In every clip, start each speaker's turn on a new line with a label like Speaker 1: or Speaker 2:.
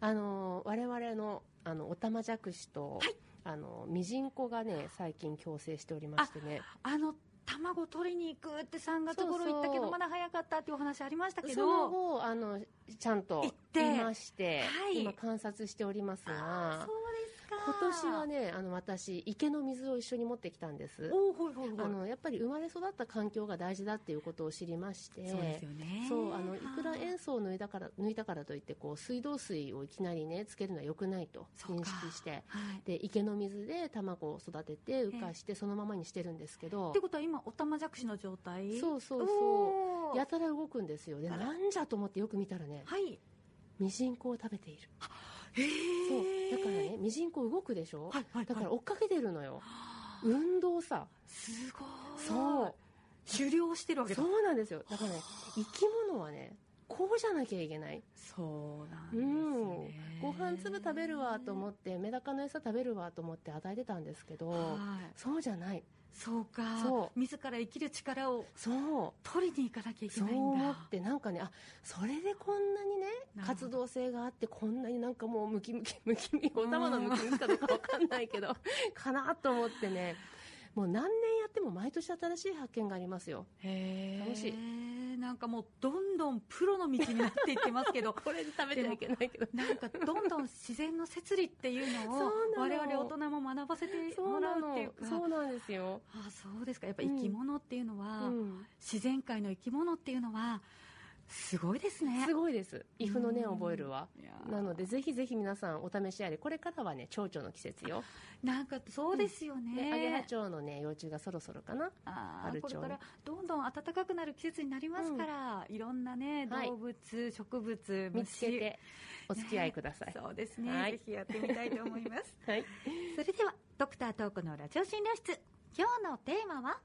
Speaker 1: あの我々のあのオタマジャクシと、
Speaker 2: はい
Speaker 1: あのミジンコがね最近共生しておりましてね
Speaker 2: あの卵取りに行くって3月頃言った
Speaker 1: そう
Speaker 2: け
Speaker 1: そ
Speaker 2: ど
Speaker 1: う
Speaker 2: まだ早かったっていうお話ありましたけ
Speaker 1: その
Speaker 2: ど
Speaker 1: 後あのちゃんと
Speaker 2: 行って
Speaker 1: いまして
Speaker 2: はい
Speaker 1: 今観察しております
Speaker 2: あ
Speaker 1: が
Speaker 2: ー
Speaker 1: 今
Speaker 2: そうですか
Speaker 1: 年はねあの私池の水を一緒に持ってきたんです
Speaker 2: おおほいほいほい
Speaker 1: あのやっぱり生まれ育った環境が大事だっていうことを知りまして
Speaker 2: そうですよね
Speaker 1: そうあのいくら
Speaker 2: はい
Speaker 1: 塩素を抜いたから抜いたからといってこう水道水をいきなりねつけるのは良くないと
Speaker 2: そう
Speaker 1: 認
Speaker 2: か
Speaker 1: 識して
Speaker 2: はい
Speaker 1: で池の水で卵を育てて浮かしてそのままにしてるんですけど
Speaker 2: ってことは今おたまじゃくしの状態
Speaker 1: そうそう
Speaker 2: お
Speaker 1: そ
Speaker 2: ー
Speaker 1: うやたら動くんですよで
Speaker 2: あら
Speaker 1: なんじゃと思ってよく見たらね
Speaker 2: はい
Speaker 1: ミジンコを食べている
Speaker 2: へ
Speaker 1: そう
Speaker 2: え
Speaker 1: だからねミジンコ動くでしょ
Speaker 2: はいはいはい
Speaker 1: だから追っかけてるのよ運動さ
Speaker 2: すごい
Speaker 1: そう
Speaker 2: 狩猟してるわけだ
Speaker 1: そうなんですよだからね生き物はねこうじゃなきゃいけない
Speaker 2: そうなんで
Speaker 1: う
Speaker 2: す
Speaker 1: ん
Speaker 2: ね、
Speaker 1: ご飯粒食べるわと思ってメダカの餌食べるわと思って与えてたんですけど
Speaker 2: はい
Speaker 1: そうじゃない
Speaker 2: そうか
Speaker 1: そう
Speaker 2: 自ら生きる力を
Speaker 1: そう
Speaker 2: 取りに行かなきゃいけ
Speaker 1: そう
Speaker 2: ないんだ
Speaker 1: 思ってなんかねあそれでこんなにね
Speaker 2: なるほど
Speaker 1: 活動性があってこんなになんかもうムキムキムキムキお玉のムキムキかどうかわかんないけ どかなと思ってねもう何年やっても毎年新しい発見がありますよ
Speaker 2: へえ
Speaker 1: 楽し
Speaker 2: なんかもうどんどんプロの道になっていってます けど
Speaker 1: これで食べて
Speaker 2: ては
Speaker 1: はいい
Speaker 2: け
Speaker 1: けないけど
Speaker 2: なんかどんどん自然の摂理っていうのを
Speaker 1: そう
Speaker 2: 我
Speaker 1: なの
Speaker 2: 々大人も学ばせて
Speaker 1: そ
Speaker 2: も
Speaker 1: うな
Speaker 2: らうっ
Speaker 1: の
Speaker 2: ていうか
Speaker 1: そうなんですよ、
Speaker 2: あそうですかやっぱ生き物っていうの
Speaker 1: う
Speaker 2: は、
Speaker 1: ん、
Speaker 2: 自然界の生き物っていうのはすごいですね
Speaker 1: すごいです「イフのね覚えるわ
Speaker 2: いや」ー
Speaker 1: なのでぜひぜひ皆さんお試しあれこれからはね蝶々の季節よ、
Speaker 2: なんかそうですよね、
Speaker 1: でアゲハチョウのね幼虫がそろそろかな
Speaker 2: あ
Speaker 1: ア
Speaker 2: ー
Speaker 1: ル
Speaker 2: こ
Speaker 1: チ
Speaker 2: れ
Speaker 1: ョウ
Speaker 2: からどんどん暖かくなる季節になりますから、いろんなね
Speaker 1: はい
Speaker 2: 動物、植物
Speaker 1: 見つけ
Speaker 2: 虫
Speaker 1: てお付き合いください、
Speaker 2: そうですね、
Speaker 1: はい
Speaker 2: ぜひやってみたいと思います
Speaker 1: はい
Speaker 2: それではドクタートークのラジオ診療室今日のテーマは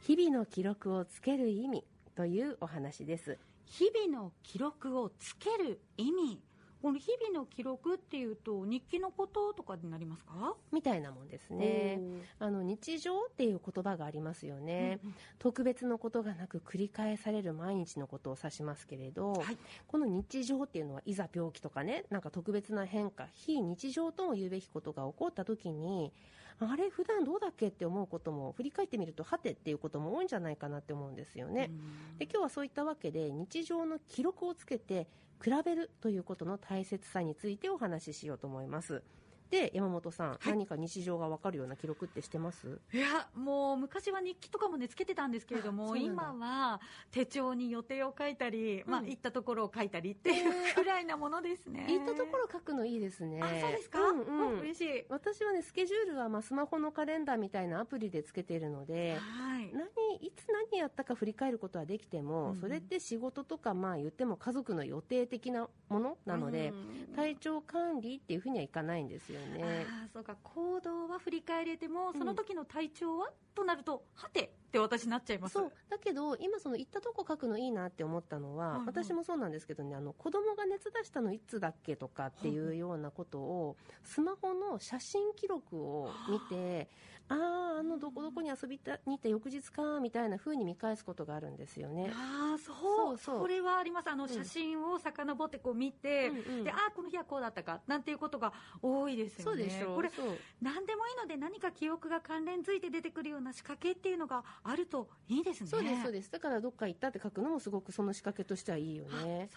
Speaker 1: 日々の記録をつける意味というお話です
Speaker 2: 日々の記録をつける意味この日々の記録っていうと日記のこととかになりますか
Speaker 1: みたいなもんですね
Speaker 2: おー
Speaker 1: あの日常っていう言葉がありますよね、
Speaker 2: うんうん
Speaker 1: 特別のことがなく繰り返される毎日のことを指しますけれど、
Speaker 2: はい
Speaker 1: この日常っていうのはいざ病気とかねなんか特別な変化非日常とも言うべきことが起こった時にあれ普段どうだっけって思うことも振り返ってみるとはてっていうことも多いんじゃないかなって思うんですよね
Speaker 2: う、ん
Speaker 1: で今日はそういったわけで日常の記録をつけて比べるということの大切さについてお話ししようと思いますで山本さん、何か日常がわかるような記録ってしてます
Speaker 2: いやもう昔は日記とかもねつけてたんですけれど
Speaker 1: あそ
Speaker 2: も
Speaker 1: うなんだ
Speaker 2: 今は手帳に予定を書いたり、まあ、
Speaker 1: うん
Speaker 2: 行ったところを書いたりっていうくらいなものですね。
Speaker 1: 行ったところ書くのいいですね
Speaker 2: あそうですか、
Speaker 1: うん
Speaker 2: う
Speaker 1: うん
Speaker 2: 嬉しい、
Speaker 1: 私はねスケジュールはまあスマホのカレンダーみたいなアプリでつけているので
Speaker 2: はい
Speaker 1: 何いつ何やったか振り返ることはできても、
Speaker 2: うん
Speaker 1: それって仕事とかまあ言っても家族の予定的なものなので、
Speaker 2: うん
Speaker 1: 体調管理っていうふうにはいかないんですよ
Speaker 2: あ
Speaker 1: ね。
Speaker 2: ーそうか行動は振り返れても
Speaker 1: ん
Speaker 2: その時の体調は、となるとはてって私なっちゃいます
Speaker 1: そうだけど今その行ったとこ書くのいいなって思ったのは、
Speaker 2: はいはい
Speaker 1: 私もそうなんですけどねあの子供が熱出したのいつだっけとかっていうようなことをスマホの写真記録を見てあああのどこどこに遊びたに行った翌日かみたいな風に見返すことがあるんですよね。
Speaker 2: あーそう
Speaker 1: そうそう
Speaker 2: これはありますあの、
Speaker 1: ん
Speaker 2: 写真を遡ってこう見て、
Speaker 1: うんうん
Speaker 2: でああこの日はこうだったかなんていうことが多いですよね
Speaker 1: そうでしょ
Speaker 2: これ
Speaker 1: そう
Speaker 2: 何でもいいので何か記憶が関連づいて出てくるような仕掛けっていうのがあるといいですね
Speaker 1: そうですそう
Speaker 2: で
Speaker 1: ですだからどっか行ったって書くのもすごくその仕掛けとしてはいいよね。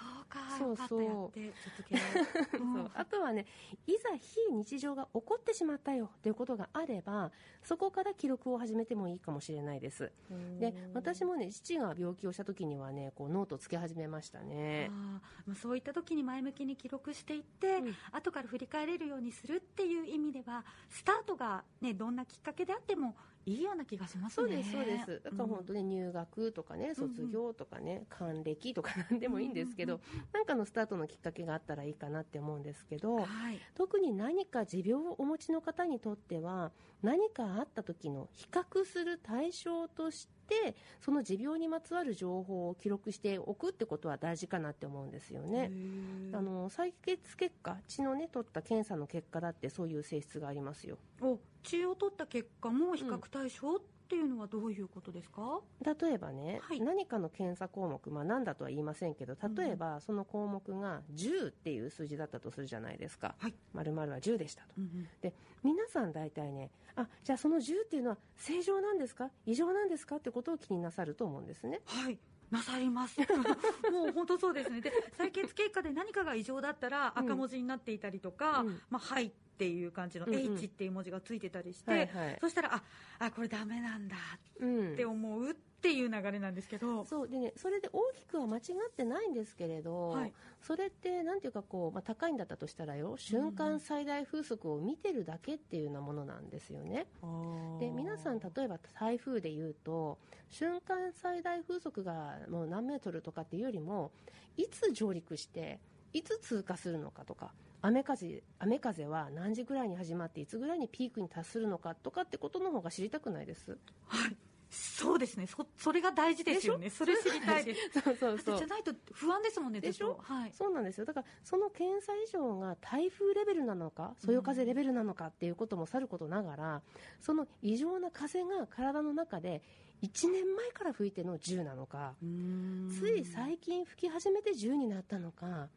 Speaker 2: そう
Speaker 1: そ
Speaker 2: か
Speaker 1: うそう
Speaker 2: よかったやって続けよう
Speaker 1: そうあとはねいざ非日常が起こってしまったよということがあればそこから記録を始めてもいいかもしれないです
Speaker 2: うん
Speaker 1: で私もね父が病気をした時にはねこうノートつけ始めましたね
Speaker 2: あーまあそういった時に前向きに記録していって、
Speaker 1: うん
Speaker 2: 後から振り返れるようにするっていう意味ではスタートが、ね、どんなきっかけであってもいいような気がします
Speaker 1: そう
Speaker 2: ね
Speaker 1: ですそうですだから本当ね入学とかね卒業とかね還暦とか何でもいいんですけ
Speaker 2: う
Speaker 1: どなんかのスタートのきっかけがあったらいいかなって思うんですけ
Speaker 2: うん
Speaker 1: ど
Speaker 2: はい、
Speaker 1: 特に何か持病をお持ちの方にとっては何かあった時の比較する対象としてその持病にまつわる情報を記録しておくってことは大事かなって思うんですよね。
Speaker 2: へー
Speaker 1: あの採血結果血のね取った検査の結果だってそういう性質がありますよ
Speaker 2: お血を取った結果も比較対象っっていうのはどういうことですか
Speaker 1: 例えばね、
Speaker 2: はい
Speaker 1: 何かの検査項目、まあ、何だとは言いませんけど例えばその項目が10っていう数字だったとするじゃないですか、
Speaker 2: はい
Speaker 1: 〇〇は10でしたと
Speaker 2: うんうん
Speaker 1: 皆さん大体ねあじゃあその10っていうのは正常なんですか異常なんですかってことを気になさると思うんですね
Speaker 2: はいなさります もう本当そうですねで採血結果で何かが異常だったら
Speaker 1: うん
Speaker 2: 赤文字になっていたりとか「
Speaker 1: うん
Speaker 2: まあ、はい」っていう感じの「
Speaker 1: うんうん
Speaker 2: H」っていう文字がついてたりして、
Speaker 1: はいはい
Speaker 2: そしたらああこれダメなんだ
Speaker 1: うん
Speaker 2: って思うっていう流れなんですけど、
Speaker 1: そうでね、それで大きくは間違ってないんですけれど、
Speaker 2: はい
Speaker 1: それってなんていうかこう、まあ、高いんだったとしたらよ瞬間最大風速を見てるだけっていうようなものなんですよね。で皆さん例えば台風で言うと瞬間最大風速がもう何メートルとかっていうよりもいつ上陸していつ通過するのかとか雨風雨風は何時ぐらいに始まっていつぐらいにピークに達するのかとかってことの方が知りたくないです。
Speaker 2: はい、そうですねそそれが大事ですよねそれ知りたいです
Speaker 1: そうそう
Speaker 2: だってじゃないと不安ですもんね
Speaker 1: でしょ
Speaker 2: ずっとはい
Speaker 1: そうなんですよだからその検査以上が台風レベルなのかそよ風レベルなのかっていうこともさることながら、その異常な風が体の中で1年前から吹いての10なのかつい最近吹き始めて10になったのか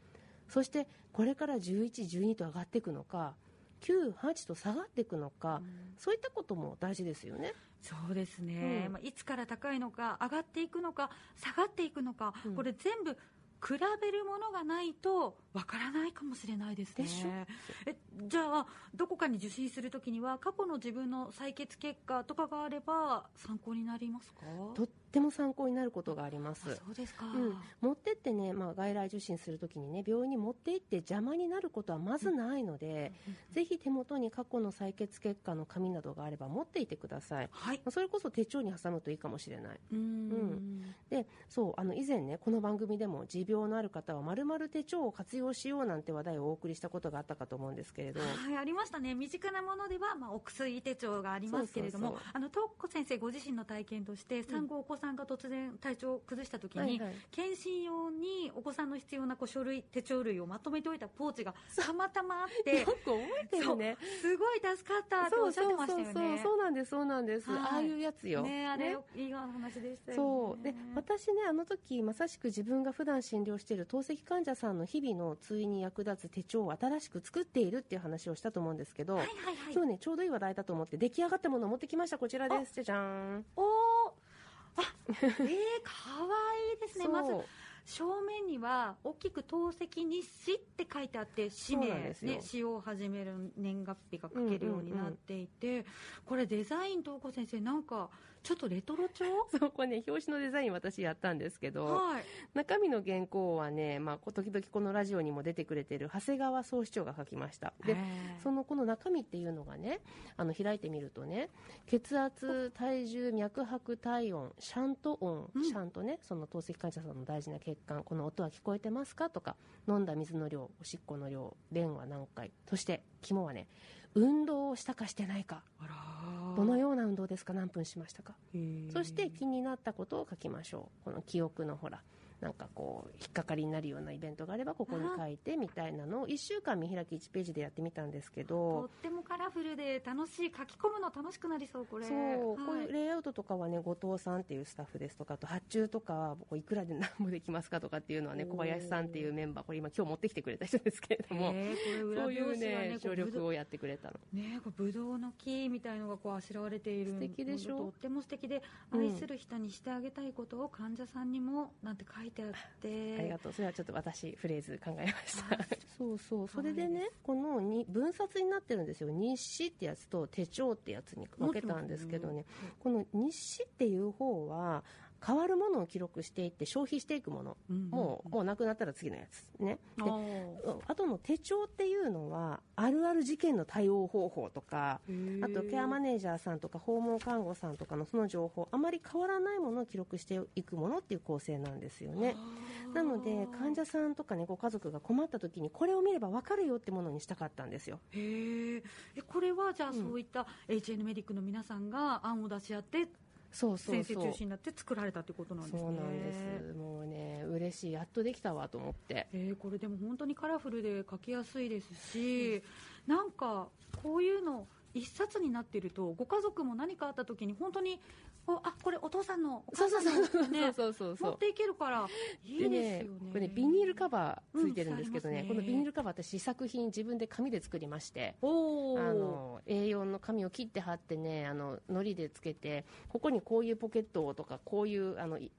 Speaker 1: そしてこれから1112と上がっていくのか98と下がっていくのか、
Speaker 2: うん
Speaker 1: そういったことも大事ですよね。
Speaker 2: そうですね、
Speaker 1: うん
Speaker 2: まあ、いつから高いのか上がっていくのか下がっていくのか、
Speaker 1: うん
Speaker 2: これ全部比べるものがないとわからないかもしれないですね
Speaker 1: でしょ
Speaker 2: えじゃあどこかに受診するときには過去の自分の採血結果とかがあれば参考になりますか
Speaker 1: とっても参考になることがありま
Speaker 2: あ
Speaker 1: す。
Speaker 2: そうですか、
Speaker 1: うん持ってってね、まあ、外来受診するときにね病院に持って行って邪魔になることはまずないので、ぜひ手元に過去の採血結果の紙などがあれば持っていてください
Speaker 2: はい
Speaker 1: まあそれこそ手帳に挟むといいかもしれないう
Speaker 2: ーん
Speaker 1: でそうあの以前ねこの番組でも持病のある方はまるまる手帳を活用しようなんて話題をお送りしたことがあったかと思うんですけれど
Speaker 2: はい、ありましたね。身近なものでは、まあ、お薬手帳がありますけれども、
Speaker 1: そうそう
Speaker 2: あの、東子先生ご自身の体験として、産後お子さんが突然体調を崩した時に、
Speaker 1: はいはい
Speaker 2: 検診用にお子さんの必要なこう書類、手帳類をまとめておいたポーチがたまたまあって
Speaker 1: よ、く覚えてるね
Speaker 2: すごい助かったってお
Speaker 1: そ
Speaker 2: っ
Speaker 1: う
Speaker 2: しゃっ
Speaker 1: そう
Speaker 2: て
Speaker 1: そ
Speaker 2: ま
Speaker 1: う
Speaker 2: したよ
Speaker 1: そ
Speaker 2: ね。
Speaker 1: うそうなんですそうなんです、
Speaker 2: はい
Speaker 1: ああいうやつよ
Speaker 2: ねあれ、
Speaker 1: ね
Speaker 2: いいお話でしたよね。
Speaker 1: そうで私ねあの時まさしく自分が普段診療している透析患者さんの日々の通院に役立つ手帳を新しく作っているっていう話をしたと思うんですけど、
Speaker 2: はいはいはい。
Speaker 1: 今日ねちょうどいい話題だと思って出来上がったものを持ってきましたこちらですじゃじゃーん
Speaker 2: おーあ、えー、かわいいですね。まず
Speaker 1: そう
Speaker 2: 正面には大きく透析日誌って書いてあって氏
Speaker 1: そうなん
Speaker 2: 名
Speaker 1: で、すよ
Speaker 2: ね、使用を始める年月日が書けるようになっていて、これデザイン東子先生なんかちょっとレトロ調
Speaker 1: そうこれね表紙のデザイン私やったんですけど
Speaker 2: はい
Speaker 1: 中身の原稿はね、まあ、こ時々このラジオにも出てくれてる長谷川総市長が書きましたでそ
Speaker 2: の
Speaker 1: のこの中身っていうのがねあの開いてみるとね血圧体重脈拍体温シャント音、
Speaker 2: うん
Speaker 1: シャントねその透析患者さんの大事な血管この音は聞こえてますかとか飲んだ水の量おしっこの量便は何回そして肝はね運動をしたかしてないか
Speaker 2: あら
Speaker 1: どのような運動ですか何分しましたか
Speaker 2: う
Speaker 1: そして気になったことを書きましょうこの記憶のほらなんかこう引っかかりになるようなイベントがあればここに書いてみたいなのを1週間見開き1ページでやってみたんですけど
Speaker 2: とってもカラフルで楽しい書き込むの楽しくなりそうこれ
Speaker 1: そう、こう
Speaker 2: はい
Speaker 1: いうレイアウトとかはね、後藤さんっていうスタッフですとか、あと発注とか、こういくらで何もできますかとかっていうのはね、
Speaker 2: おー
Speaker 1: 小林さんっていうメンバー、これ今今日持ってきてくれた人ですけれども、
Speaker 2: へーこれ裏
Speaker 1: そう
Speaker 2: 表
Speaker 1: いう
Speaker 2: 紙が
Speaker 1: ね
Speaker 2: ね、こ
Speaker 1: 協
Speaker 2: うぶど
Speaker 1: 力をやってくれたの。
Speaker 2: ねこうぶどうの木みたいのがこうあしらわれている
Speaker 1: 素敵でしょ
Speaker 2: とっても素敵で
Speaker 1: うん
Speaker 2: 愛する人にしてあげたいことを患者さんにもなんて書いてあって、
Speaker 1: ありがとう。それはちょっと私、フレーズ考えました。そうそう。
Speaker 2: か
Speaker 1: そ
Speaker 2: わい
Speaker 1: れ
Speaker 2: いです
Speaker 1: でね、このに分冊になってるんですよ。日誌ってやつと手帳ってやつに分けたんですけどね、この日誌っていう方は、変わるものを記録していって消費していくもの。もう、もうなくなったら次のやつ。ね。
Speaker 2: う
Speaker 1: で
Speaker 2: ん、
Speaker 1: あとの手帳っていうのはあるある事件の対応方法とかあとケアマ
Speaker 2: ネ
Speaker 1: ネージャーさんとか訪問看護さんとかのその情報あまり変わらないものを記録していくものっていう構成なんですよねなので患者さんとかねご家族が困った時にこれを見れば分かるよってものにしたかったんですよ
Speaker 2: へーえこれはじゃあ
Speaker 1: うん
Speaker 2: そういった HN メディックの皆さんが案を出し合って
Speaker 1: そうそう
Speaker 2: 先生
Speaker 1: そう
Speaker 2: 中心になって作られたってことなんですね
Speaker 1: そうなんですもうね嬉しいやっとできたわと思って
Speaker 2: えーこれでも本当にカラフルで書きやすいですしなんかこういうの一冊になっているとご家族も何かあった時に本当にこうあこれお父さんのお
Speaker 1: そ
Speaker 2: 母
Speaker 1: うそ
Speaker 2: さ
Speaker 1: うん
Speaker 2: の
Speaker 1: そうそう
Speaker 2: ってね
Speaker 1: そうそうそ
Speaker 2: 持
Speaker 1: う
Speaker 2: っていけるからいいですよね
Speaker 1: これねビニールカバーついてるんですけどね,、
Speaker 2: うん
Speaker 1: このビニールカバー私試作品自分で紙で作りまして
Speaker 2: お
Speaker 1: あ
Speaker 2: お
Speaker 1: の A4 の紙を切って貼ってねあの糊でつけてここにこういうポケットをとかこういうあのい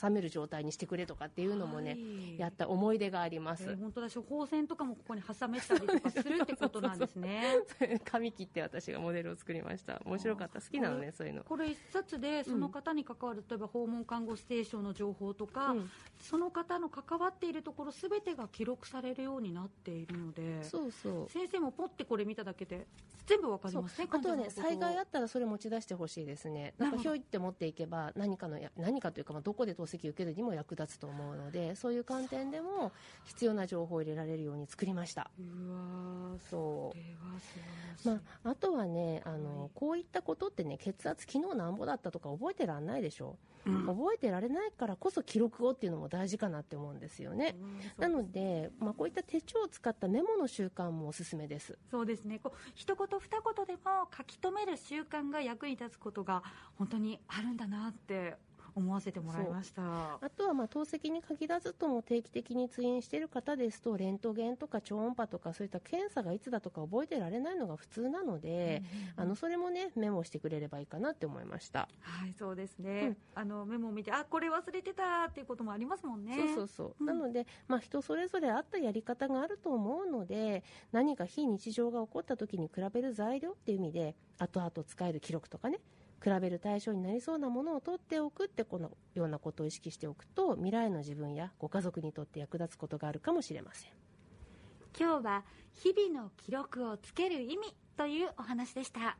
Speaker 1: 挟める状態にしてくれとかっていうのもね、やった思い出があります、
Speaker 2: えー本当だ処方箋とかもここに挟めたりとかするってことなんで すね
Speaker 1: 紙切って私がモデルを作りました面白かった好きなのねそういうの、
Speaker 2: これ一冊でその方に関わる、例えば訪問看護ステーションの情報とか、
Speaker 1: うん
Speaker 2: その方の関わっているところすべてが記録されるようになっているので
Speaker 1: そうそう
Speaker 2: 先生もポッてこれ見ただけで全部わかりますね
Speaker 1: あとはね
Speaker 2: 患者さんの
Speaker 1: 災
Speaker 2: こと
Speaker 1: 害あったらそれ持ち出してほしいです ねなんか
Speaker 2: なるほど
Speaker 1: ひょいって持っていけば何かのや何かというか、まあ、どこで透析受けるにも役立つと思うのでそういう観点でも必要な情報を入れられるように作りました
Speaker 2: うわーそ
Speaker 1: そう
Speaker 2: れは素晴
Speaker 1: ま
Speaker 2: らしい、
Speaker 1: あ、あとはねあの、
Speaker 2: はい
Speaker 1: こういったことってね血圧昨日なんぼだったとか覚えてらんないでしょ、
Speaker 2: うん
Speaker 1: 覚えてられないからこそ記録をっていうのも大事かなって思うんですよね、
Speaker 2: うん
Speaker 1: なので、まあ、こういった手帳を使ったメモの習慣もおすすめです
Speaker 2: そうですねこう一言二言でも書き留める習慣が役に立つことが本当にあるんだなって思わせてもらいました
Speaker 1: あとはまあ透析に限らずとも定期的に通院している方ですとレントゲンとか超音波とかそういった検査がいつだとか覚えてられないのが普通なので、
Speaker 2: うん
Speaker 1: あのそれもねメモしてくれればいいかなって思いました
Speaker 2: はいそうですね、あのメモを見てあこれ忘れてたっていうこともありますもんね
Speaker 1: そうそうそう、
Speaker 2: うん
Speaker 1: なので、まあ、人それぞれあったやり方があると思うので何か非日常が起こった時に比べる材料っていう意味で後々使える記録とかね比べる対象になりそうなものを取っておくってこのようなことを意識しておくと未来の自分やご家族にとって役立つことがあるかもしれません
Speaker 2: 今日は日々の記録をつける意味というお話でした